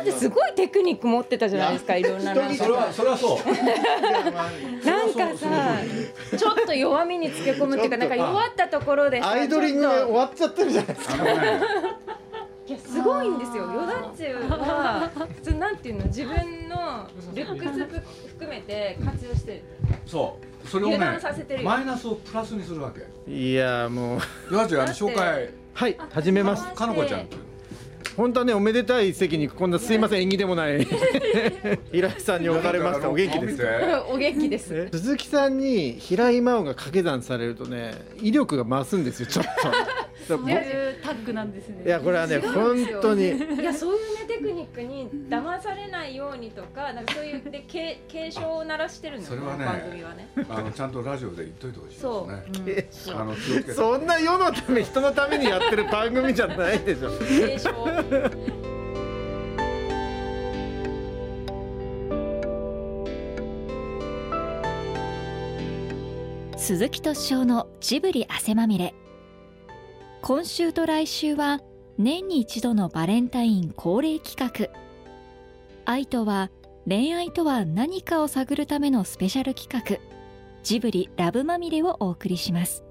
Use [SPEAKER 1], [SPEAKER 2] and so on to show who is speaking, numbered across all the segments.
[SPEAKER 1] ってすごいテクニック持ってたじゃないですかいろんななん
[SPEAKER 2] そ
[SPEAKER 1] か
[SPEAKER 2] れはそれはそう
[SPEAKER 1] なんかさちょっと弱みにつけ込むっていうか
[SPEAKER 3] ち
[SPEAKER 1] な
[SPEAKER 3] ょっと
[SPEAKER 1] んか弱ったところでさ
[SPEAKER 3] アイドリング
[SPEAKER 1] ち
[SPEAKER 3] が
[SPEAKER 1] ょっ
[SPEAKER 3] 終わっちゃってるじゃないですか
[SPEAKER 2] あのね
[SPEAKER 1] といやすごいんですよヨダチュは普通なんていうの自分のルックス含めて活用 してる
[SPEAKER 2] そうそれをね
[SPEAKER 1] 油断させてるよ
[SPEAKER 2] マイナスをプラスにするわけ
[SPEAKER 3] いやもう
[SPEAKER 2] ヨガちゃんあの紹介
[SPEAKER 3] はい始めます
[SPEAKER 2] かのこちゃんって
[SPEAKER 3] 本当はねおめでたい席にこんなすいません縁起でもない平井さんにおかれますかお元気ですか
[SPEAKER 2] か
[SPEAKER 1] お元気です
[SPEAKER 3] え鈴木さんに平井真央が掛け算されるとね威力が増すんですよちょっと
[SPEAKER 4] そういうタッグなんですね
[SPEAKER 3] いやこれはね
[SPEAKER 1] 違うん
[SPEAKER 3] 本
[SPEAKER 1] ですよ
[SPEAKER 3] 当に
[SPEAKER 1] いやそういうねテクニックに騙されないようにとかなんかそういうで警警鐘を鳴らしてるのよ
[SPEAKER 2] それはね
[SPEAKER 1] 番組はね
[SPEAKER 2] あのちゃんとラジオで言っといてほしい
[SPEAKER 1] そ
[SPEAKER 2] ですねあの気をつけて
[SPEAKER 3] そんな世のため人のためにやってる番組じゃないでしょ
[SPEAKER 1] 警鐘
[SPEAKER 5] 鈴木敏夫のジブリ汗まみれ今週と来週は年に一度のバレンタイン恒例企画愛とは恋愛とは何かを探るためのスペシャル企画ジブリラブまみれをお送りします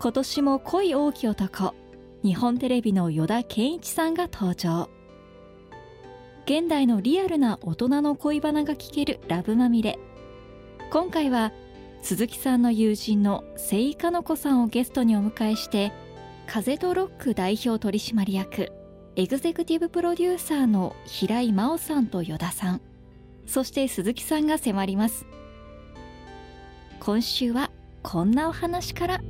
[SPEAKER 5] 今年も恋多き男日本テレビの依田健一さんが登場現代のリアルな大人の恋バナが聞けるラブまみれ今回は鈴木さんの友人の瀬井かの子さんをゲストにお迎えして風とロック代表取締役エグゼクティブプロデューサーの平井真央さんと依田さんそして鈴木さんが迫ります今週はこんなお話から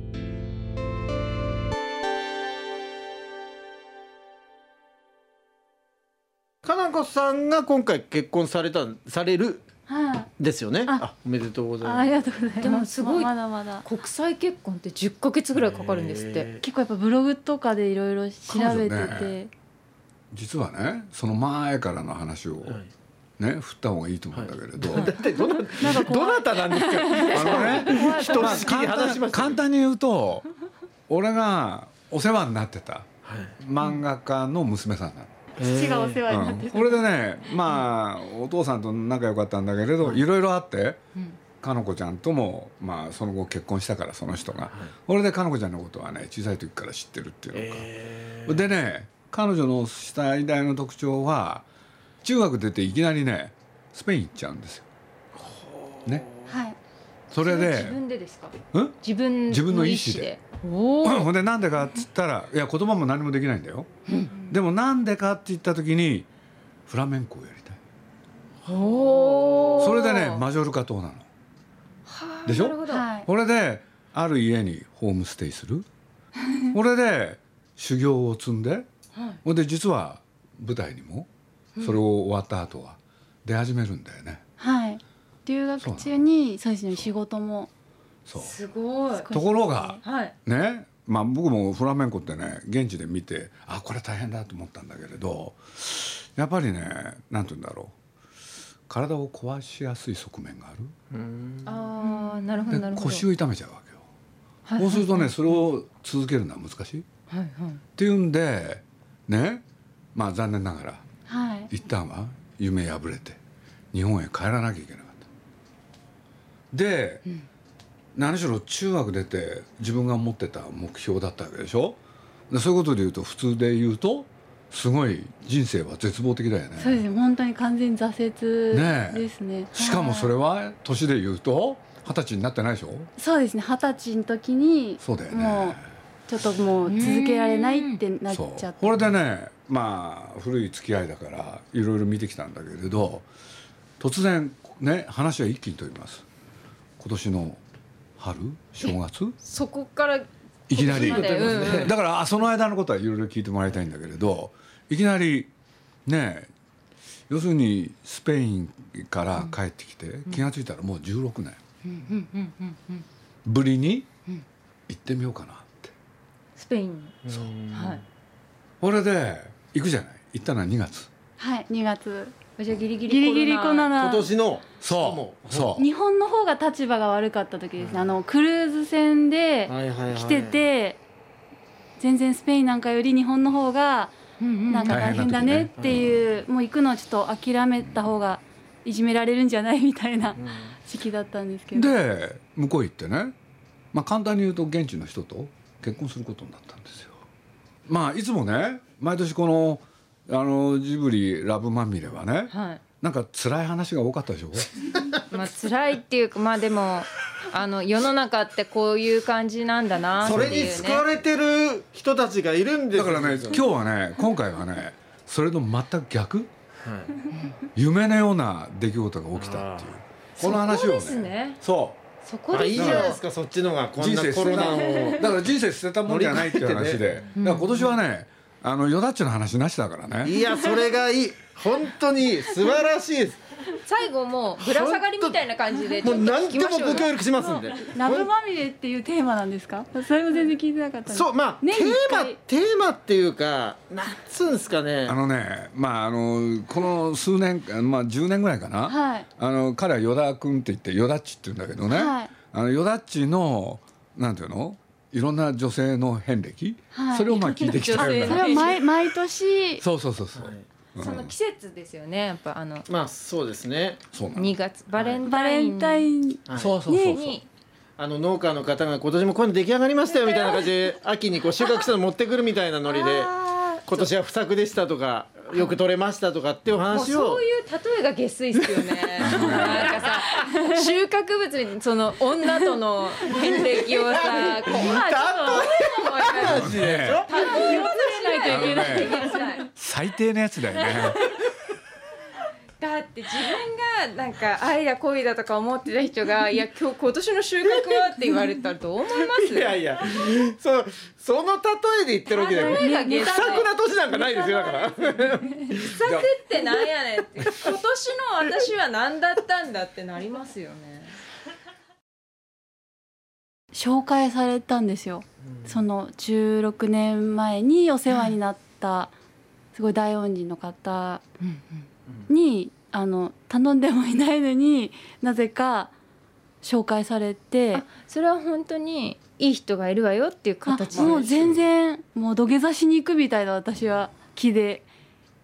[SPEAKER 3] かなこさんが今回結婚されたされる
[SPEAKER 4] はい
[SPEAKER 3] ですよね
[SPEAKER 4] あ
[SPEAKER 3] あおめでとうござい
[SPEAKER 4] あ
[SPEAKER 3] ま
[SPEAKER 4] あ
[SPEAKER 3] す
[SPEAKER 4] りがとうございます
[SPEAKER 1] でもすごい
[SPEAKER 4] まだまだ
[SPEAKER 1] 国際結婚って10ヶ月ぐらいかかるんですって
[SPEAKER 3] へ
[SPEAKER 4] 結構やっぱブログとかでいろいろ調べ
[SPEAKER 2] 彼
[SPEAKER 4] て
[SPEAKER 2] 女
[SPEAKER 4] て、
[SPEAKER 2] ね実はねその前からの話を
[SPEAKER 3] ーはい
[SPEAKER 2] ね振った方がいいと思うんだけれど
[SPEAKER 3] だってどなどなたなんですか
[SPEAKER 2] あのね
[SPEAKER 3] 人しきり話しましたけど
[SPEAKER 2] 簡単に言うと俺がお世話になってた
[SPEAKER 3] はい
[SPEAKER 2] 漫画家の娘さんなの。
[SPEAKER 4] 父がお世話になって
[SPEAKER 2] うん、これでねまあお父さんと仲良かったんだけれど、いろいろあって、かのこちゃんとも、まあ、その後結婚したからその人が、これでかのこちゃんのことはね小さい時から知ってるっていうのか、でね彼女の最大の特徴は中学出ていきなりねスペイン行っちゃうんですよ。ね、
[SPEAKER 4] はい
[SPEAKER 2] それ
[SPEAKER 1] 自
[SPEAKER 2] で
[SPEAKER 1] 分でですか
[SPEAKER 2] うん
[SPEAKER 1] 自分
[SPEAKER 2] 自分の
[SPEAKER 1] の
[SPEAKER 2] 意
[SPEAKER 1] 意
[SPEAKER 2] 思
[SPEAKER 1] 思
[SPEAKER 2] で
[SPEAKER 1] でおー
[SPEAKER 2] ほんでなんでかっつったらいや言葉も何もできないんだよ、でもなんでかって言った時にフラメンコをやりたい
[SPEAKER 1] おー
[SPEAKER 2] それでねマジョルカ島なの
[SPEAKER 1] はあ
[SPEAKER 2] でしょ
[SPEAKER 1] なるほど
[SPEAKER 4] はい
[SPEAKER 2] これである家にホームステイ するこれで修行を積んでほんで実は舞台にもそれを終わった後は出始めるんだよね
[SPEAKER 4] はい留学中にそうですね仕事も
[SPEAKER 2] そう
[SPEAKER 1] すごい
[SPEAKER 4] 少し
[SPEAKER 2] ところが
[SPEAKER 1] はい
[SPEAKER 2] ねまあ僕もフラメンコってね現地で見てあこれ大変だと思ったんだけれどやっぱりねなんて言うんだろう体を壊しやすい側面がある
[SPEAKER 1] ああなるほどな
[SPEAKER 2] で
[SPEAKER 1] るほど
[SPEAKER 2] 腰を痛めちゃうわけよ、
[SPEAKER 1] はい
[SPEAKER 2] そうするとねそれを続けるのは難しいっ
[SPEAKER 1] はいはい
[SPEAKER 2] ていうんでねまあ残念ながら
[SPEAKER 4] はい
[SPEAKER 2] 一旦は夢破れて日本へ帰らなきゃいけなかったで、何しろ中学出て自分が持ってた目標だったわけでしょでそういうことで言うと普通で言うとすごい人生は絶望的だよね
[SPEAKER 4] そうですね本当に完全に挫
[SPEAKER 2] ねえ
[SPEAKER 4] 折ですね
[SPEAKER 2] しかもそれ
[SPEAKER 4] は
[SPEAKER 2] は年で言うと二十歳になってないでしょ
[SPEAKER 4] いそうですね二十歳の時に
[SPEAKER 2] そうだよ
[SPEAKER 4] も
[SPEAKER 2] ね
[SPEAKER 4] うちょっともう続けられないってなっ
[SPEAKER 2] そう
[SPEAKER 4] ちゃって
[SPEAKER 2] これでねまあ古い付き合いだからいろいろ見てきたんだけれど突然ね話は一気に飛びます今年の春正月
[SPEAKER 1] そこから
[SPEAKER 2] いきなり
[SPEAKER 1] 今年までうんうん
[SPEAKER 2] だからあその間のことはいろいろ聞いてもらいたいんだけれどいきなりね要するにスペインから帰ってきて、気が付いたらもう16年ぶりに行ってみようかなって
[SPEAKER 1] スペインに
[SPEAKER 3] そう
[SPEAKER 1] はい
[SPEAKER 2] これで行くじゃない行ったのは2月
[SPEAKER 4] はい2月
[SPEAKER 1] じゃあギリギリ
[SPEAKER 4] ギリギリコロ
[SPEAKER 3] 今
[SPEAKER 4] ナ
[SPEAKER 3] 年の
[SPEAKER 2] そうそう
[SPEAKER 4] 日本の方が立場が悪かった時ですねあのクルーズ船で
[SPEAKER 3] はいはいはい
[SPEAKER 4] 来てて全然スペインなんかより日本の方がなんか大変だねっていう、もう行くのをちょっと諦めた方がいじめられるんじゃないみたいな時期だったんですけど
[SPEAKER 2] で向こう行ってね、まあ、簡単に言うと現地の人と結婚することになったんですよ。まあいつもね毎年このあのジブリラブまみれはね
[SPEAKER 1] はい
[SPEAKER 2] なんか辛い話が多かったでしょ
[SPEAKER 1] まあ辛いっていうかまあでもあの世の中ってこういう感じなんだなってい
[SPEAKER 3] そう
[SPEAKER 1] ね
[SPEAKER 3] れに救われてる人たちがいるんです
[SPEAKER 2] だ
[SPEAKER 3] よ
[SPEAKER 2] からね今日はね今回はねそれと全く逆夢のような出来事が起きたっていうこの話を
[SPEAKER 1] そこですね
[SPEAKER 2] そう
[SPEAKER 1] そこ
[SPEAKER 3] はい、あ
[SPEAKER 1] で
[SPEAKER 3] いい
[SPEAKER 1] し
[SPEAKER 3] じ
[SPEAKER 1] ょ
[SPEAKER 3] ゃないですかそっちのがこん
[SPEAKER 2] 人
[SPEAKER 3] な
[SPEAKER 2] 生
[SPEAKER 3] コ
[SPEAKER 2] 捨
[SPEAKER 3] ロ
[SPEAKER 2] て
[SPEAKER 3] ナ
[SPEAKER 2] た
[SPEAKER 3] を
[SPEAKER 2] だから人生捨てたもんじゃないっていう話で、だから今年はねあの与田っちの話なしだからね
[SPEAKER 3] いやそれがいい本当に素晴らしいです
[SPEAKER 1] 最後もうぶら下がりみたいな感じでち
[SPEAKER 3] も
[SPEAKER 1] ょ
[SPEAKER 3] う
[SPEAKER 1] っと聞
[SPEAKER 3] 何
[SPEAKER 1] き
[SPEAKER 3] で
[SPEAKER 1] ま
[SPEAKER 3] も
[SPEAKER 1] しょう
[SPEAKER 3] ご
[SPEAKER 1] よ
[SPEAKER 3] 協力しますんで
[SPEAKER 4] ラブまみれっていうテーマなんですかそれも全然聞いてなかったんです
[SPEAKER 3] そうまあテ
[SPEAKER 4] 年
[SPEAKER 3] ー
[SPEAKER 4] に一
[SPEAKER 3] マ
[SPEAKER 4] 回
[SPEAKER 3] テーマっていうかなんつうんですかね
[SPEAKER 2] あのねまああのこの数年間まあ10年ぐらいかな、
[SPEAKER 4] はい
[SPEAKER 2] あの彼は与田君って言って与田っちって言うんだけどね、
[SPEAKER 4] はい
[SPEAKER 2] あの与田っちのなんていうのいろんな女性の遍歴、
[SPEAKER 4] はい
[SPEAKER 2] それをまあ聞いてきた
[SPEAKER 1] いろ
[SPEAKER 2] よ
[SPEAKER 1] ん
[SPEAKER 4] そ
[SPEAKER 1] な
[SPEAKER 4] れ
[SPEAKER 1] 女
[SPEAKER 4] は毎毎年
[SPEAKER 2] そうそうそうそう、
[SPEAKER 1] その季節ですよねやっぱあの
[SPEAKER 3] まあそうですね、
[SPEAKER 2] そうなの
[SPEAKER 1] 2月バレン
[SPEAKER 4] バ
[SPEAKER 1] タイ
[SPEAKER 4] レ
[SPEAKER 1] ン
[SPEAKER 4] ンタイン
[SPEAKER 3] はい
[SPEAKER 2] そうそうそうそう、
[SPEAKER 1] に
[SPEAKER 3] あの農家の方が今年もこういうの出来上がりましたよみたいな感じで秋にこう収穫したの持ってくるみたいなノリで
[SPEAKER 4] あ
[SPEAKER 3] 今年は不作でしたとかよく取れましたとかっていうお
[SPEAKER 1] もう
[SPEAKER 3] 話を
[SPEAKER 1] そういう例えが下水っすよねなんかさ収穫物にその女との遍歴をさこうまあちょっと思い返して
[SPEAKER 2] ね
[SPEAKER 1] 気をつけないといけない気がしない
[SPEAKER 2] 最低なやつだよね
[SPEAKER 1] だって自分がなんか愛だ恋だとか思ってた人が「いや今日今年の収穫は?」って言われたらどう思います
[SPEAKER 3] いやいやそうその例えで言ってるわけだから
[SPEAKER 1] 例えが下手
[SPEAKER 3] 不作な年なんかないですよだから
[SPEAKER 1] 自作ってなんやねんって今年の私は何だったんだってなりますよね
[SPEAKER 4] 紹介されたんですよ、その16年前にお世話になったすごい大恩人の方に、あの頼んでもいないのになぜか紹介されて
[SPEAKER 1] それは本当にいい人がいるわよっていう
[SPEAKER 4] あ
[SPEAKER 1] 形
[SPEAKER 4] もう全然もう土下座しに行くみたいな私は気で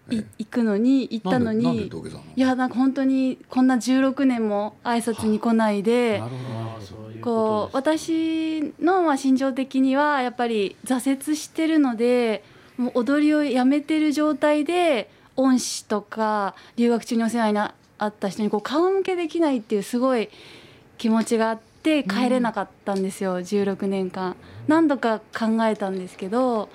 [SPEAKER 4] い
[SPEAKER 2] え
[SPEAKER 4] 行くのに行ったの
[SPEAKER 2] なんでなんで
[SPEAKER 4] に
[SPEAKER 2] 土下座なの
[SPEAKER 4] いやなんか本当にこんな16年も挨拶に来ないで。
[SPEAKER 2] なるほどなるほど
[SPEAKER 4] こう私のまあ心情的にはやっぱり挫折してるのでもう踊りをやめてる状態で恩師とか留学中にお世話になあった人にこう顔向けできないっていうすごい気持ちがあって帰れなかったんですよ、16年間何度か考えたんですけど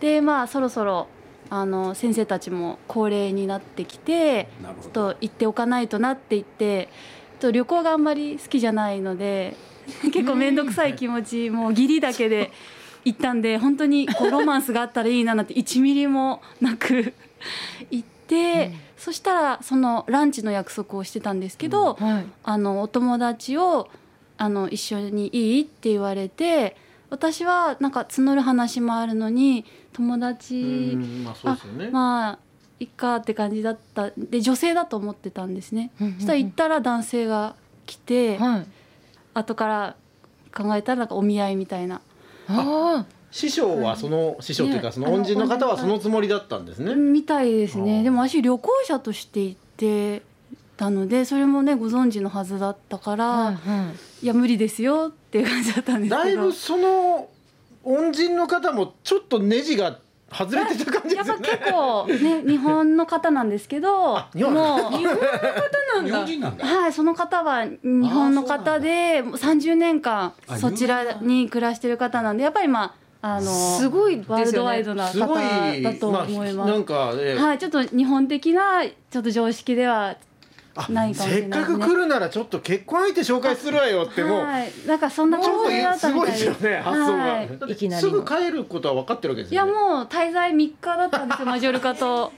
[SPEAKER 4] でまあそろそろあの先生たちも高齢になってきて
[SPEAKER 2] なるほ
[SPEAKER 4] ちょっ
[SPEAKER 2] ど
[SPEAKER 4] と行っておかないとなって言ってちょっと旅行があんまり好きじゃないので結構面倒くさい気持ちもう義理だけで行ったんで本当にこうロマンスがあったらいいななんて1ミリもなく 行って、そしたらそのランチの約束をしてたんですけど、
[SPEAKER 1] はい
[SPEAKER 4] あのお友達をあの一緒にいいって言われて私はなんか募る話もあるのに友達。
[SPEAKER 3] うんまあそうですよね
[SPEAKER 4] まあいっかって感じだったで女性だと思ってたんですね、そしたら行ったら男性が来て、
[SPEAKER 1] はい
[SPEAKER 4] 後から考えたらなんかお見合いみたいな、
[SPEAKER 1] あ
[SPEAKER 3] 師匠はその師匠というかその恩人の方はそのつもりだったんですね
[SPEAKER 4] みたいです
[SPEAKER 3] あー
[SPEAKER 4] ねでも私旅行者として行ってたのでそれもねご存知のはずだったから、
[SPEAKER 1] あ
[SPEAKER 4] い、や無理ですよっていう感じだったんですけど
[SPEAKER 3] だいぶその恩人の方もちょっとネジが外れてた感じ
[SPEAKER 4] や
[SPEAKER 3] で
[SPEAKER 4] っ
[SPEAKER 3] すよ
[SPEAKER 4] ぱ
[SPEAKER 3] ね
[SPEAKER 4] 結構ね日本の方なんですけど
[SPEAKER 3] あ日本
[SPEAKER 4] もう
[SPEAKER 1] そう
[SPEAKER 2] 日
[SPEAKER 1] な
[SPEAKER 2] 本
[SPEAKER 1] んだ
[SPEAKER 2] 人なんだ
[SPEAKER 4] はい、その方は日本の方でもう30年間
[SPEAKER 2] あ
[SPEAKER 4] そちらに暮らしてる方なんでやっぱりまああの
[SPEAKER 1] すごい
[SPEAKER 4] ワー
[SPEAKER 1] で
[SPEAKER 4] ル
[SPEAKER 1] す
[SPEAKER 4] ド
[SPEAKER 1] よ
[SPEAKER 4] ワイ
[SPEAKER 1] ね
[SPEAKER 4] ドな
[SPEAKER 3] す
[SPEAKER 4] 方
[SPEAKER 3] ごい
[SPEAKER 4] だと思います。
[SPEAKER 3] あなんか、ね
[SPEAKER 4] はい、ちょっと日本的なちょっと常識では
[SPEAKER 3] あ
[SPEAKER 4] ないかもし
[SPEAKER 3] せ
[SPEAKER 4] れ
[SPEAKER 3] っ
[SPEAKER 4] ない
[SPEAKER 3] か
[SPEAKER 4] ね
[SPEAKER 3] く来るならちょっと結婚相手紹介するわよってもう、
[SPEAKER 4] はい、なんかそんな
[SPEAKER 3] ちょ
[SPEAKER 4] 感
[SPEAKER 3] っ
[SPEAKER 4] じだ
[SPEAKER 3] と
[SPEAKER 4] った
[SPEAKER 3] す
[SPEAKER 4] み
[SPEAKER 3] ごいで
[SPEAKER 4] たい
[SPEAKER 3] す
[SPEAKER 4] で
[SPEAKER 3] よね発想が、
[SPEAKER 4] はい
[SPEAKER 3] だって
[SPEAKER 1] いきなり
[SPEAKER 3] す
[SPEAKER 1] の
[SPEAKER 3] ぐ帰ることは分かってるわけです
[SPEAKER 4] い
[SPEAKER 3] よ
[SPEAKER 4] や
[SPEAKER 3] ね
[SPEAKER 4] もう滞在3日だったんですよマジョルカと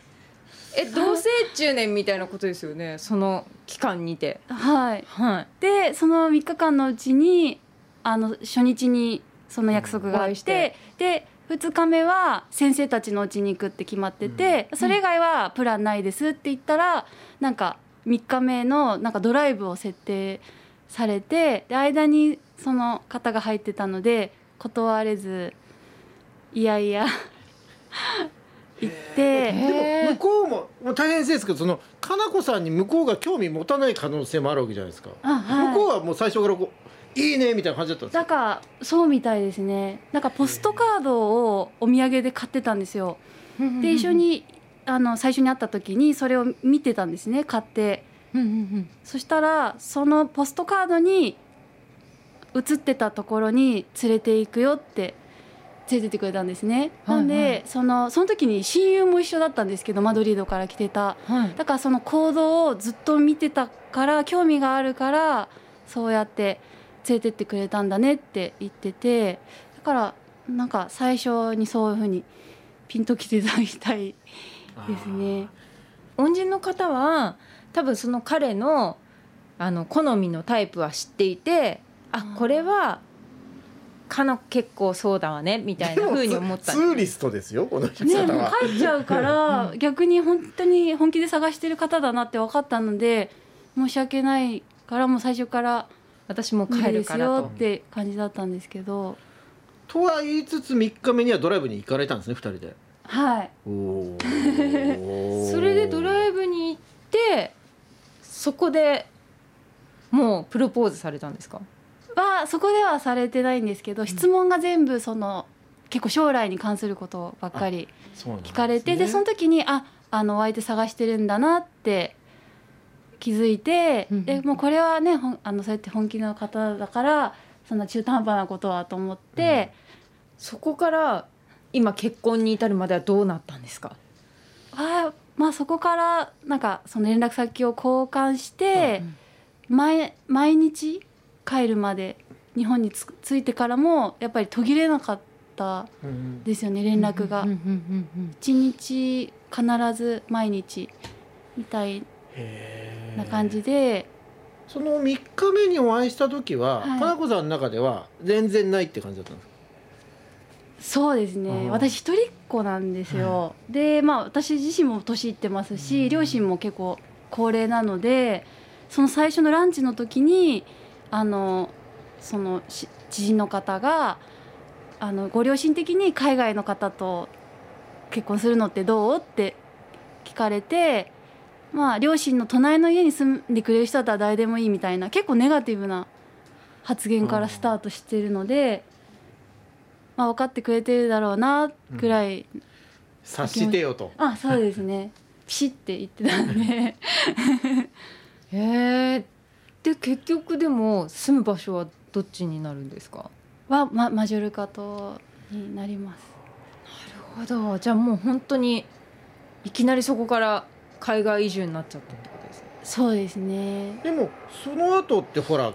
[SPEAKER 1] え同棲中年みたいなことですよねその期間にて
[SPEAKER 4] はい
[SPEAKER 1] はい
[SPEAKER 4] でその3日間のうちにあの初日にその約束があ
[SPEAKER 1] お会
[SPEAKER 4] っ
[SPEAKER 1] い
[SPEAKER 4] て
[SPEAKER 1] して
[SPEAKER 4] で2日目は先生たちのうちに行くって決まってて、それ以外はプランないですって言ったらなんか3日目のなんかドライブを設定されてで間にその方が入ってたので断れずいやいや行って
[SPEAKER 1] へ
[SPEAKER 3] 向
[SPEAKER 1] ー
[SPEAKER 3] こうももう大変ですけどそのかなこさんに向こうが興味持たない可能性もあるわけじゃないですか、
[SPEAKER 4] あ
[SPEAKER 3] 向こう
[SPEAKER 4] はい
[SPEAKER 3] はもう最初からこういいねみたいな感じだったんです
[SPEAKER 4] なん
[SPEAKER 3] か
[SPEAKER 4] かそうみたいですねなんかポストカードをお土産で買ってたんですよで一緒にあの最初に会った時にそれを見てたんですね買って
[SPEAKER 1] うんうん
[SPEAKER 4] そしたらそのポストカードに写ってたところに連れて行くよって連れてってくれたんですね、
[SPEAKER 1] はいはい
[SPEAKER 4] なんでそのその時に親友も一緒だったんですけどマドリードから来てた
[SPEAKER 1] うんはい
[SPEAKER 4] だからその行動をずっと見てたから興味があるからそうやって連れてってくれたんだねって言っててだからなんか最初にそういうふうにピンときていただきたいですね。
[SPEAKER 1] 恩人の方は多分その彼のあの好みのタイプは知っていてあこれはかな結構そうだわねみたいな風に思った
[SPEAKER 3] でもツツーリストですよこの人
[SPEAKER 4] ね、
[SPEAKER 3] 方
[SPEAKER 4] もう
[SPEAKER 3] は、
[SPEAKER 4] 帰っちゃうから、
[SPEAKER 1] う
[SPEAKER 4] 逆に本当に本気で探してる方だなって分かったので申し訳ないからもう最初から
[SPEAKER 1] 私も
[SPEAKER 4] 無理
[SPEAKER 1] 帰
[SPEAKER 4] で
[SPEAKER 1] る
[SPEAKER 4] す
[SPEAKER 1] から
[SPEAKER 4] よ
[SPEAKER 1] と
[SPEAKER 4] って感じだったんですけど
[SPEAKER 3] とは言いつつ3日目にはドライブに行かれたんですね2人 で
[SPEAKER 4] はい
[SPEAKER 3] おー
[SPEAKER 1] それでドラ
[SPEAKER 3] イ
[SPEAKER 1] イブに行ってそこでもうプロポーズされたんですか
[SPEAKER 4] はそこではされてないんですけど質問が全部その結構将来に関することばっかり
[SPEAKER 3] ブ
[SPEAKER 4] 聞かれてでその時にああのお相手探してるんだなって気づいて、
[SPEAKER 1] うんうん
[SPEAKER 4] でもうこれはねほんあのそうやって本気の方だからそんな中途半端なことはと思って。
[SPEAKER 1] そこから今結婚に至るまではどうなったんですか、
[SPEAKER 4] はまあそこからなんかその連絡先を交換して
[SPEAKER 1] うん
[SPEAKER 4] 毎毎日帰るまで日本につ着いてからもやっぱり途切れなかったですよね連絡が
[SPEAKER 1] うんうんうんうん
[SPEAKER 4] 一日必ず毎日みたいな感じで
[SPEAKER 3] その3日目にお会いした時は、
[SPEAKER 4] はい
[SPEAKER 3] かなこさんの中では全然ないって感じだったんですか
[SPEAKER 4] そうです
[SPEAKER 3] う
[SPEAKER 4] ね
[SPEAKER 3] ん
[SPEAKER 4] 私一人っ子なんですよでまあ私自身も年いってますし両親も結構高齢なのでその最初のランチの時にあのそのし知人の方があのご両親的に海外の方と結婚するのってどうって聞かれてまあ両親の隣の家に住んでくれる人だったら誰でもいいみたいな結構ネガティブな発言からスタートしてるので、まあ、分かってくれてるだろうなぐらい、
[SPEAKER 3] 察してよと
[SPEAKER 4] あそうですね ピシッて言ってたんで
[SPEAKER 1] へえで結局でも住む場所はどっちになるんですか
[SPEAKER 4] は、ま、マジョルカ島になります。
[SPEAKER 1] なるほどじゃあもう本当にいきなりそこから海外移住になっちゃったってことですね
[SPEAKER 4] そうですね
[SPEAKER 3] でもその後ってほら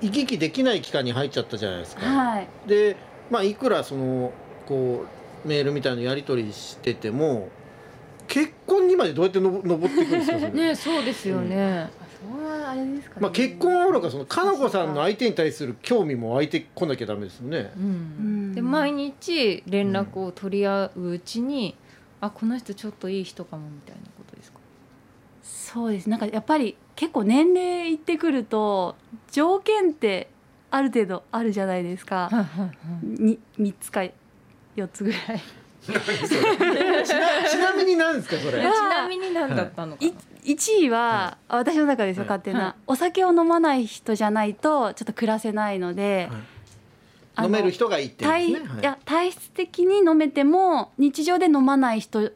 [SPEAKER 3] 行き来できない期間に入っちゃったじゃないですか、
[SPEAKER 4] はい
[SPEAKER 3] でまあいくらそのこうメールみたいなやり取りしてても結婚にまでどうやってのぼ登っていくんですか それ
[SPEAKER 1] ねそうですよね、
[SPEAKER 4] それはあれですかね
[SPEAKER 3] まあ、結婚はおろかそのかなこさんの相手に対する興味も湧いてこなきゃダメですよ ね
[SPEAKER 1] うん
[SPEAKER 4] ん
[SPEAKER 1] で毎日連絡を取り合ううちに、あこの人ちょっといい人かもみたいなことですか
[SPEAKER 4] そうですなんかやっぱり結構年齢いってくると条件ってある程度あるじゃないですか、
[SPEAKER 1] はいはいはい
[SPEAKER 4] に3つか4つぐらい
[SPEAKER 3] ちなみになんですかそ
[SPEAKER 1] えち
[SPEAKER 3] れ
[SPEAKER 4] は
[SPEAKER 1] なみに何だったのかな、
[SPEAKER 4] 1位は、あ私の中ですよ
[SPEAKER 3] はい
[SPEAKER 4] 勝手な、
[SPEAKER 1] はい
[SPEAKER 4] お酒を飲まない人じゃないとちょっと暮らせないので、
[SPEAKER 3] はい
[SPEAKER 4] あの
[SPEAKER 3] 飲める人がいいって言うん
[SPEAKER 4] 体
[SPEAKER 3] で
[SPEAKER 4] い
[SPEAKER 3] すね、はい
[SPEAKER 4] や体質的に飲めても日常で飲まない人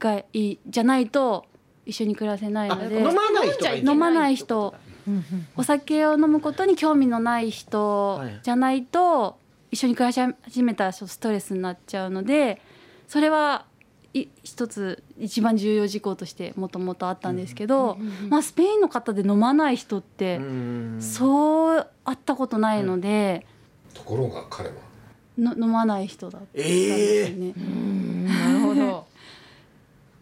[SPEAKER 4] がいいじゃないと一緒に暮らせない
[SPEAKER 3] あ
[SPEAKER 4] ので
[SPEAKER 3] 飲まない人がいい
[SPEAKER 4] 飲まない人
[SPEAKER 1] うんうん
[SPEAKER 4] お酒を飲むことに興味のない人
[SPEAKER 3] はい
[SPEAKER 4] じゃないと一緒に暮らし始めたらちょっとストレスになっちゃうのでそれはい一つ一番重要事項としてもともとあったんですけど、まあ、スペインの方で飲まない人って、
[SPEAKER 3] うん
[SPEAKER 4] そうあったことないので、
[SPEAKER 2] ところが彼は
[SPEAKER 4] の飲まない人だったんですよね。
[SPEAKER 1] うんなるほど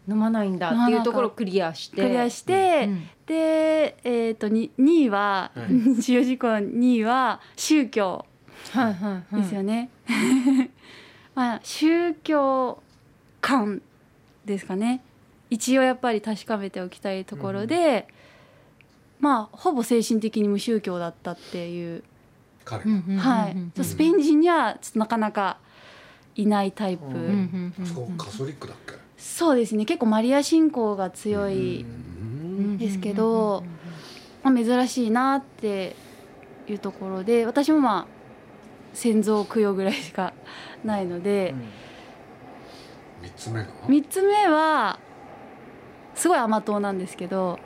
[SPEAKER 1] 飲まないんだっていうところをクリアして
[SPEAKER 4] クリアして、
[SPEAKER 1] うん
[SPEAKER 4] で、えー、とに2位は、
[SPEAKER 3] はい
[SPEAKER 4] 重要事項2位は宗教
[SPEAKER 1] はいはいはい
[SPEAKER 4] ですよね。 まあ宗教観ですかね。一応やっぱり確かめておきたいところで、まあほぼ精神的に無宗教だったっていう、
[SPEAKER 2] 彼
[SPEAKER 1] うんうんうんうん
[SPEAKER 4] はい。ちょっとスペイン人にはちょっとなかなかいないタイプ、
[SPEAKER 3] う
[SPEAKER 1] うん
[SPEAKER 3] ん
[SPEAKER 1] うんうん
[SPEAKER 2] そうカソリックだっけ
[SPEAKER 4] そうですね結構マリア信仰が強い、
[SPEAKER 2] うん
[SPEAKER 4] ですけどまあ、珍しいなっていうところで私もまあ先祖供養ぐらいしかないので、
[SPEAKER 2] 三つ目が
[SPEAKER 4] 3つ目はすごい甘党なんですけど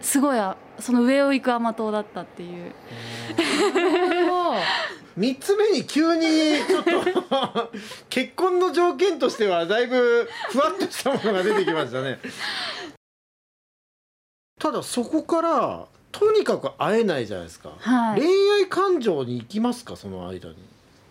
[SPEAKER 4] すごいあその上を行く甘党だったっていう
[SPEAKER 3] 三つ目に急にちょっと 結婚の条件としてはだいぶふわっとしたものが出てきましたね ただそこからとにかく会えないじゃないですか、
[SPEAKER 4] はい
[SPEAKER 3] 恋愛感情に行きますかその間に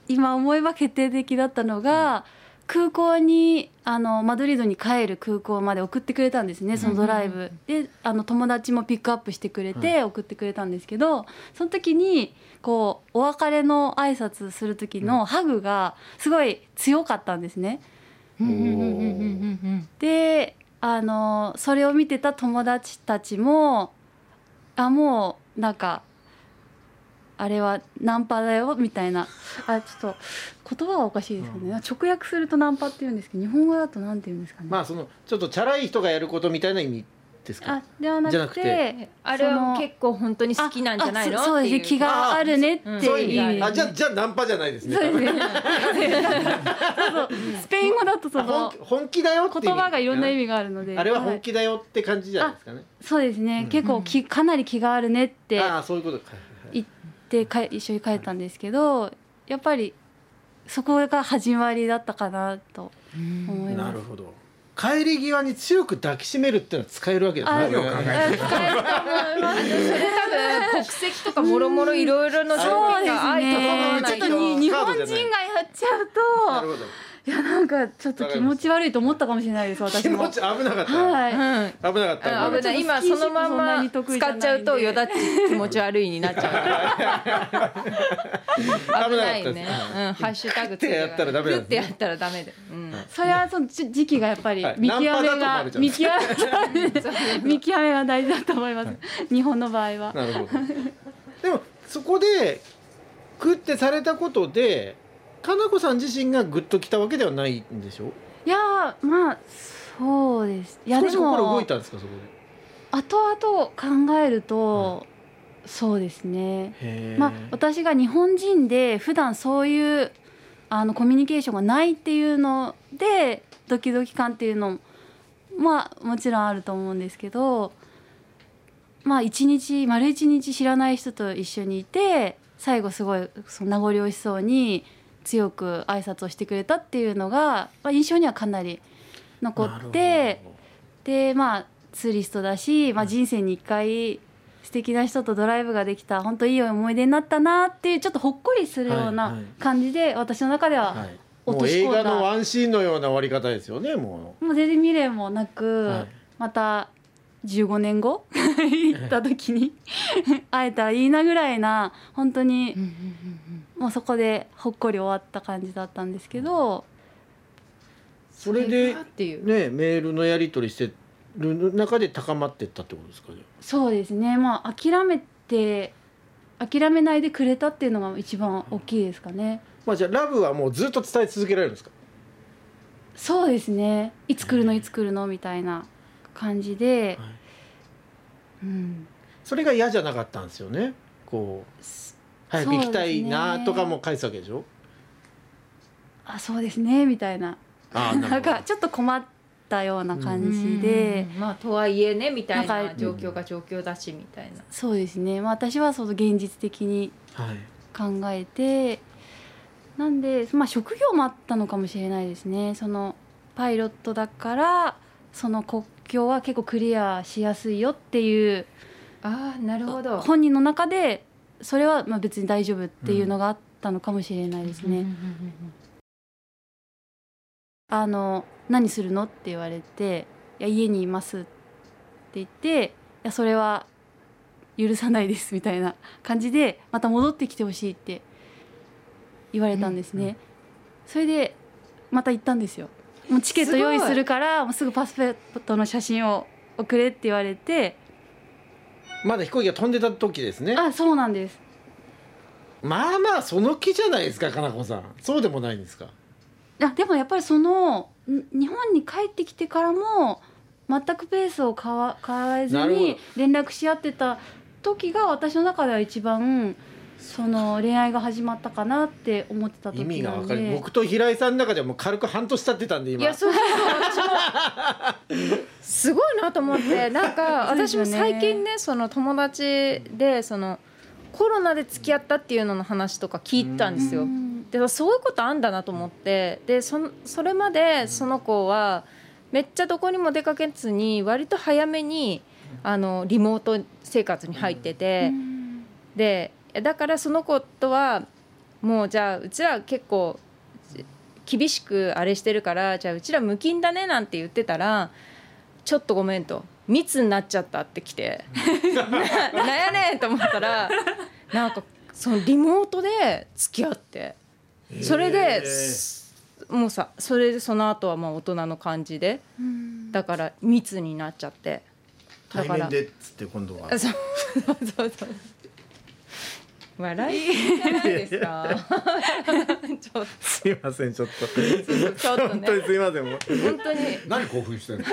[SPEAKER 4] 今思えば決定的だったのが、空港にあのマドリードに帰る空港まで送ってくれたんですねそのドライブ、であの友達もピックアップしてくれて送ってくれたんですけど、その時にこうお別れの挨拶する時のハグがすごい強かったんですね。
[SPEAKER 1] うんうんうんうんうんうん
[SPEAKER 4] であのそれを見てた友達たちもあもうなんかあれはナンパだよみたいなあちょっと言葉はおかしいですけどね、
[SPEAKER 3] うん
[SPEAKER 4] 直訳するとナンパって言うんですけど日本語だとなんて言うんですかね、
[SPEAKER 3] まあそのちょっとチャラい人がやることみたいな意味ですか
[SPEAKER 4] あではな
[SPEAKER 3] じゃな
[SPEAKER 4] く
[SPEAKER 3] く
[SPEAKER 4] て
[SPEAKER 1] えあれはもう
[SPEAKER 4] その
[SPEAKER 1] 結構本当に好きなんじゃないの
[SPEAKER 4] あそうそうですね
[SPEAKER 1] ってい
[SPEAKER 4] 気があるねっていう
[SPEAKER 3] そういう意
[SPEAKER 1] う
[SPEAKER 3] 味
[SPEAKER 1] ん
[SPEAKER 3] あじゃあじゃあナンパじゃないですね
[SPEAKER 4] そうですねそうそうスペイン語だとそ
[SPEAKER 3] あ本
[SPEAKER 4] の
[SPEAKER 3] 気本気だよっていう意味
[SPEAKER 4] 言葉がいろんな意味があるので
[SPEAKER 3] あれは
[SPEAKER 4] は
[SPEAKER 3] 本
[SPEAKER 4] い
[SPEAKER 3] 気だよって感じじゃないですかね、
[SPEAKER 4] そうですね、
[SPEAKER 3] うん
[SPEAKER 4] 結構きかなり気があるねって
[SPEAKER 3] ああそういうことか、はいはいはい
[SPEAKER 4] でか一緒に帰ったんですけどやっぱりそこが始まりだったかなと思い
[SPEAKER 3] な
[SPEAKER 4] ま
[SPEAKER 3] る
[SPEAKER 4] す。
[SPEAKER 3] ほど帰り際に強く抱きしめるっていうのは使えるわけですね
[SPEAKER 4] あ
[SPEAKER 2] 何を考え
[SPEAKER 4] あ使えると思います
[SPEAKER 1] 多分国籍とかもろもろいろいろの条
[SPEAKER 4] そ
[SPEAKER 1] 件
[SPEAKER 4] うで
[SPEAKER 1] が
[SPEAKER 4] す
[SPEAKER 1] 愛と
[SPEAKER 4] ね。ちょっとに日本人がやっち
[SPEAKER 3] な
[SPEAKER 4] ゃう
[SPEAKER 3] る
[SPEAKER 4] と
[SPEAKER 3] ほど
[SPEAKER 4] いやなんかちょっと気持ち悪いと思ったかもしれないです
[SPEAKER 3] 気
[SPEAKER 4] 私も。
[SPEAKER 3] 持ち危なかった、
[SPEAKER 4] はい。
[SPEAKER 1] うん
[SPEAKER 3] 危なかった
[SPEAKER 1] あ危ない
[SPEAKER 4] ちょっ
[SPEAKER 1] 今
[SPEAKER 4] とスキ
[SPEAKER 1] そ
[SPEAKER 4] ンシッ
[SPEAKER 1] の
[SPEAKER 4] プ
[SPEAKER 1] まん
[SPEAKER 4] そんな
[SPEAKER 1] ま
[SPEAKER 4] に得意じ
[SPEAKER 1] 使
[SPEAKER 4] ゃな
[SPEAKER 1] っ
[SPEAKER 4] いん
[SPEAKER 1] ち
[SPEAKER 4] で
[SPEAKER 1] ゃうとよだっち気持ち悪いになっちゃ う危ない
[SPEAKER 3] 危
[SPEAKER 1] ね
[SPEAKER 3] なかったです
[SPEAKER 1] うんハッシュタグ
[SPEAKER 3] グってやったらダメだ
[SPEAKER 1] グってやったらダメだようん
[SPEAKER 4] それはそのじ時期がやっぱり
[SPEAKER 3] はい
[SPEAKER 4] 見極め
[SPEAKER 3] ナンパだと思わ
[SPEAKER 4] が
[SPEAKER 3] れちゃう
[SPEAKER 4] 見極め 見極めが大事だと思います。日本の場合は。
[SPEAKER 3] なるほどでもそこでクってされたことでかなこさん自身がグッときたわけではないんでしょ
[SPEAKER 4] いやーまあそうです。いや
[SPEAKER 3] 少
[SPEAKER 4] で
[SPEAKER 3] し心動
[SPEAKER 4] も
[SPEAKER 3] いたんですかそこ
[SPEAKER 4] 後々考えると、そうですね、
[SPEAKER 3] でへえ
[SPEAKER 4] まあ、私が日本人で普段そういうあのコミュニケーションがないっていうのでドキドキ感っていうのもまあもちろんあると思うんですけどまあ一日丸一日知らない人と一緒にいて最後すごいその名残惜しそうに強く挨拶をしてくれたっていうのが、まあ、印象にはかなり残って。でまあツーリストだし、まあ、人生に一回素敵な人とドライブができた本当いい思い出になったなっていうちょっとほっこりするよう
[SPEAKER 3] はいは
[SPEAKER 4] ない感じで私の中では、
[SPEAKER 3] はい、も
[SPEAKER 4] 落と
[SPEAKER 3] う
[SPEAKER 4] し
[SPEAKER 3] 映
[SPEAKER 4] 込んだ
[SPEAKER 3] 画のワンシーンのような終わり方ですよねも
[SPEAKER 4] もう全然未練もな
[SPEAKER 3] う、
[SPEAKER 4] く、
[SPEAKER 3] はい
[SPEAKER 4] また15 年後行った時に 会えたらいいなぐらいな本当にもうそこでほっこり終わった感じだったんですけど、
[SPEAKER 3] それで
[SPEAKER 1] がっていう
[SPEAKER 3] ねメールのやり取りしてる中で高まってったってことですかね
[SPEAKER 4] そうですねまあ諦めて諦めないでくれたっていうのが一番大きいですかね。
[SPEAKER 3] まあじゃあラブはもうずっと伝え続けられるんですか
[SPEAKER 4] そうですねいつ来るのいつ来るのみたいな感じで、
[SPEAKER 3] はい
[SPEAKER 4] うん、
[SPEAKER 3] それが嫌じゃなかったんですよねこう早く行きたいなとかも返すわけでしょ
[SPEAKER 4] あそうですねみたいな
[SPEAKER 3] ああ
[SPEAKER 4] なんかちょっと困ったような感じで、
[SPEAKER 1] うんまあとはいえねみたい
[SPEAKER 4] なん
[SPEAKER 1] な
[SPEAKER 4] か
[SPEAKER 1] 状況が状況だしみたいな
[SPEAKER 4] そうですね、まあ、私はその現実的に
[SPEAKER 3] はい
[SPEAKER 4] 考えてなんで、まあ、職業もあったのかもしれないですねそのパイロットだからその国境は結構クリアしやすいよっていう
[SPEAKER 1] ああなるほど
[SPEAKER 4] 本人の中でそれはまあ別に大丈夫っていうのがあったのかもしれないですね。あの何するのって言われて「いや家にいます」って言って「いやそれは許さないです」みたいな感じでまた戻ってきてほしいって言われたんですね。それでまた行ったんですよ。もうチケット用意するからもうすぐパスポートの写真を送れって言われて
[SPEAKER 3] まだ飛行機が飛んでた時ですね
[SPEAKER 4] あそうなんです
[SPEAKER 3] まあまあその気じゃないですかかなこさんそうでもないんですか
[SPEAKER 4] あでもやっぱりそのん日本に帰ってきてからも全くペースを変わ変えず
[SPEAKER 3] なるほど
[SPEAKER 4] に連絡し合ってた時が私の中では一番その恋愛が始まったかなって思ってた時
[SPEAKER 3] 意
[SPEAKER 4] なの
[SPEAKER 3] 味が
[SPEAKER 4] で
[SPEAKER 3] わかる僕と平井さんの中ではもう軽く半年経ってたんで
[SPEAKER 1] い
[SPEAKER 3] 今
[SPEAKER 1] やそうそうそう私もすごいなと思 ってなんか
[SPEAKER 4] そうです
[SPEAKER 1] 私
[SPEAKER 4] よ
[SPEAKER 1] も
[SPEAKER 4] ね
[SPEAKER 1] 最近ねその友達でそのコロナで付き合ったっていうのの話とか聞いたんです
[SPEAKER 4] う
[SPEAKER 1] よ。
[SPEAKER 4] ん
[SPEAKER 1] でそういうことあんだなと思ってでそのそれまでその子はめっちゃどこにも出かけずに割と早めにあのリモート生活に入ってて。
[SPEAKER 4] うん
[SPEAKER 1] でだからその子とはもうじゃあうちら結構厳しくあれしてるからじゃあうちら無菌だねなんて言ってたらちょっとごめんと密になっちゃったって来てななんやねんと思ったらなんかそのリモートで付き合ってそれ
[SPEAKER 3] へ
[SPEAKER 1] で
[SPEAKER 3] ー、
[SPEAKER 1] もうさそれでその後はまあ大人の感じで
[SPEAKER 4] うん
[SPEAKER 1] だから密になっちゃってだ
[SPEAKER 3] 対
[SPEAKER 1] から
[SPEAKER 3] 面でっつって今度は
[SPEAKER 1] あそうそうそうそう。笑いすぎじゃないですか。ちょっ
[SPEAKER 3] すいませんちょっと
[SPEAKER 1] と ちょっと
[SPEAKER 3] 本
[SPEAKER 1] ね
[SPEAKER 3] 当にすいませんもう
[SPEAKER 1] と本当に。
[SPEAKER 2] 何興奮してるの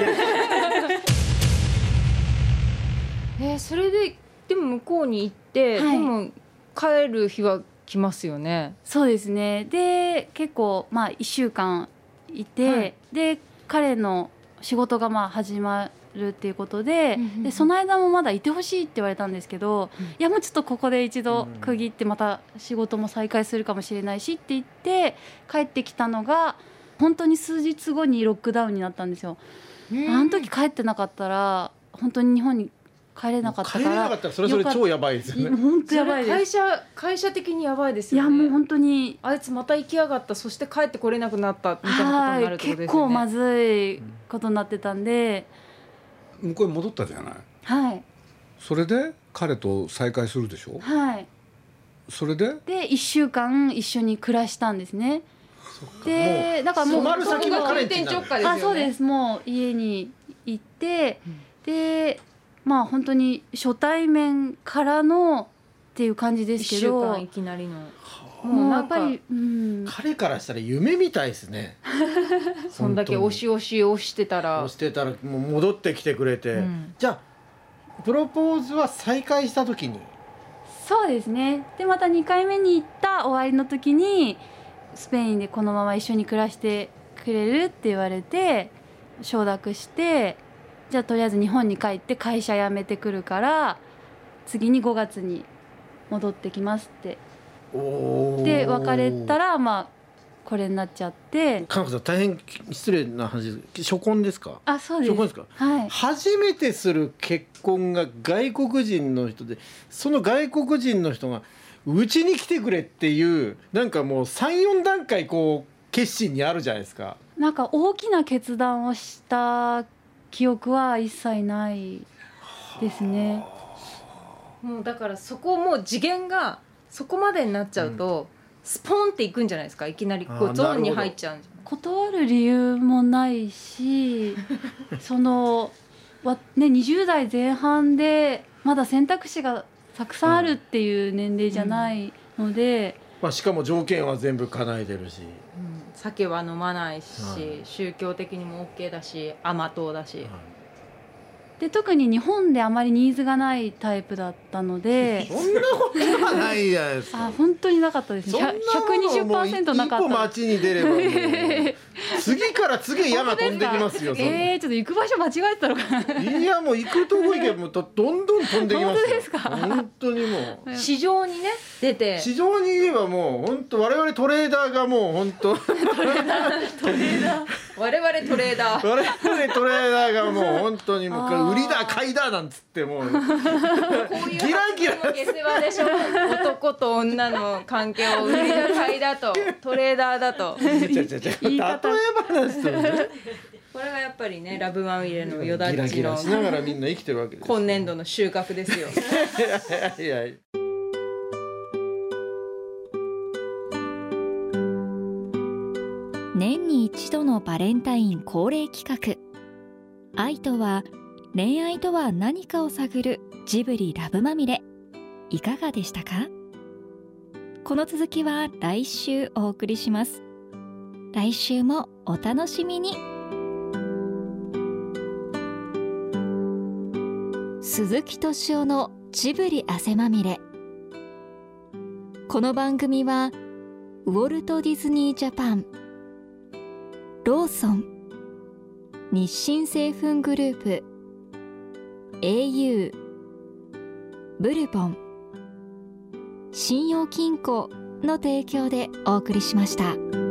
[SPEAKER 1] えーそれででも向こうに行って、
[SPEAKER 4] はい
[SPEAKER 1] でも帰る日は来ますよね。
[SPEAKER 4] そうですねで結構まあ1週間いて、
[SPEAKER 1] はい
[SPEAKER 4] で彼の仕事がまあ始まるっていうことで,、
[SPEAKER 1] うんうんうん
[SPEAKER 4] でその間もまだいてほしいって言われたんですけど、
[SPEAKER 1] うん
[SPEAKER 4] いやもうちょっとここで一
[SPEAKER 3] う
[SPEAKER 4] 度
[SPEAKER 3] ん
[SPEAKER 4] 区切ってまた仕事も再開するかもしれないしって言って帰ってきたのが本当に数日後にロックダウンになったんですよ。あの時帰ってなかったら本当に日本に帰れなかった
[SPEAKER 3] 帰
[SPEAKER 4] か
[SPEAKER 3] れなからったらそれはそれ超やばいですよね
[SPEAKER 4] 本当
[SPEAKER 1] そ
[SPEAKER 4] やば
[SPEAKER 1] れ
[SPEAKER 4] いで
[SPEAKER 1] 会
[SPEAKER 4] す。
[SPEAKER 1] 社会社的にやばいです
[SPEAKER 4] い
[SPEAKER 1] よ
[SPEAKER 4] や
[SPEAKER 1] ね。
[SPEAKER 4] もう本当に
[SPEAKER 1] あいつまた行きやがったそして帰ってこれなくなったみたいなことになる
[SPEAKER 4] は
[SPEAKER 1] っ
[SPEAKER 4] い、
[SPEAKER 1] てことで
[SPEAKER 4] 結
[SPEAKER 1] すよ
[SPEAKER 4] 構
[SPEAKER 1] ね。
[SPEAKER 4] まずいことになってたんで、
[SPEAKER 2] 向こうに戻ったじゃない
[SPEAKER 4] はい、
[SPEAKER 2] それで彼と再会するでしょ
[SPEAKER 4] はい、
[SPEAKER 2] それで
[SPEAKER 4] で1週間一緒に暮らしたんですね。でだからもう
[SPEAKER 3] 染まる先が彼
[SPEAKER 1] 転
[SPEAKER 3] んちになる
[SPEAKER 1] 直下ですよね。
[SPEAKER 4] あそうですもう家に行って、
[SPEAKER 1] うん
[SPEAKER 4] でまあ本当に初対面からのっていう感じです
[SPEAKER 1] 一
[SPEAKER 4] け
[SPEAKER 1] 週
[SPEAKER 4] ど
[SPEAKER 1] 間いきなりの。
[SPEAKER 4] もう
[SPEAKER 1] な
[SPEAKER 4] やっ
[SPEAKER 1] んか
[SPEAKER 4] ぱり、うん、
[SPEAKER 3] 彼からしたら夢みたいですね
[SPEAKER 1] そんだけ押し押し押してたら
[SPEAKER 3] 押。してたらもう戻ってきてくれて、
[SPEAKER 1] うん
[SPEAKER 3] じゃあプロポーズは再開した時に
[SPEAKER 4] そうですねでまた2回目に行った終わりの時にスペインでこのまま一緒に暮らしてくれるって言われて承諾してじゃあとりあえず日本に帰って会社辞めてくるから次に5月に戻ってきますってで
[SPEAKER 3] で
[SPEAKER 4] 別れたらまあこれになっちゃって
[SPEAKER 3] 彼女さん大変失礼な話です初婚ですか
[SPEAKER 4] あそうで
[SPEAKER 3] 初
[SPEAKER 4] す
[SPEAKER 3] 婚ですか
[SPEAKER 4] はい
[SPEAKER 3] 初めてする結婚が外国人の人でその外国人の人がうちに来てくれっていうなんかもう34段階こう決心にあるじゃないですか
[SPEAKER 4] なんか大きな決断をした記憶は一切ないですね
[SPEAKER 1] もうだからそこもう次元がそこまでになっちゃうと、スポンっていくんじゃないですかいきなりこ
[SPEAKER 3] あー
[SPEAKER 1] うゾーンに
[SPEAKER 3] なるほど
[SPEAKER 1] 入っちゃうんじゃない
[SPEAKER 4] 断る理由もな いしそのわ、ね、20代前半でまだ選択肢がたくさんあるっていう年齢じゃないので、
[SPEAKER 3] まあしかも条件は全部叶えてるし
[SPEAKER 1] 酒は飲まないし、
[SPEAKER 3] はい
[SPEAKER 1] 宗教的にも OK だし甘党だし、
[SPEAKER 4] で特に日本であまりニーズがないタイプだったので
[SPEAKER 3] そんなことはないじゃないですか
[SPEAKER 4] あ本当になかったです
[SPEAKER 3] そん
[SPEAKER 4] ね
[SPEAKER 3] なものもう
[SPEAKER 4] 120%なか
[SPEAKER 3] 一歩
[SPEAKER 4] ったです
[SPEAKER 3] 街に出ればもう次から次へ山飛んできますよ。そんな
[SPEAKER 4] えー、ちょっと行く場所間違えてたのかな
[SPEAKER 3] いやもう行くとこ行けばもうどんどん飛んできますよ。
[SPEAKER 4] 本当ですか
[SPEAKER 3] 本当にもう。
[SPEAKER 1] 市場にね出て
[SPEAKER 3] 市場に言えばもう本当我々トレーダーがもう本 当
[SPEAKER 1] 我々トレー ダー
[SPEAKER 3] 我々トレーダーがもう本当にも
[SPEAKER 4] あー
[SPEAKER 3] う売りだ買いだなんつってもう
[SPEAKER 1] こういう
[SPEAKER 3] ギラギラ
[SPEAKER 1] 発言も下世話でしょ男と女の関係を売りだ買いだ とトレーダーだと
[SPEAKER 3] ちゃちゃちゃちゃ例
[SPEAKER 4] 言
[SPEAKER 3] え
[SPEAKER 4] い方
[SPEAKER 3] 話とね
[SPEAKER 1] これがやっぱりねラブワン入れ のよだ
[SPEAKER 3] ギラ
[SPEAKER 1] っち
[SPEAKER 3] ギラ
[SPEAKER 1] の
[SPEAKER 3] しながらみんな生きてるわけですよ。
[SPEAKER 1] 今年度の収穫ですよ
[SPEAKER 3] いやいや
[SPEAKER 5] 年に一度のバレンタイン恒例企画愛とは恋愛とは何かを探るジブリラブまみれいかがでしたかこの続きは来週お送りします来週もお楽しみに鈴木敏夫のジブリ汗まみれこの番組はウォルト・ディズニー・ジャパンローソン日清製粉グループ au ブルボン信用金庫の提供でお送りしました。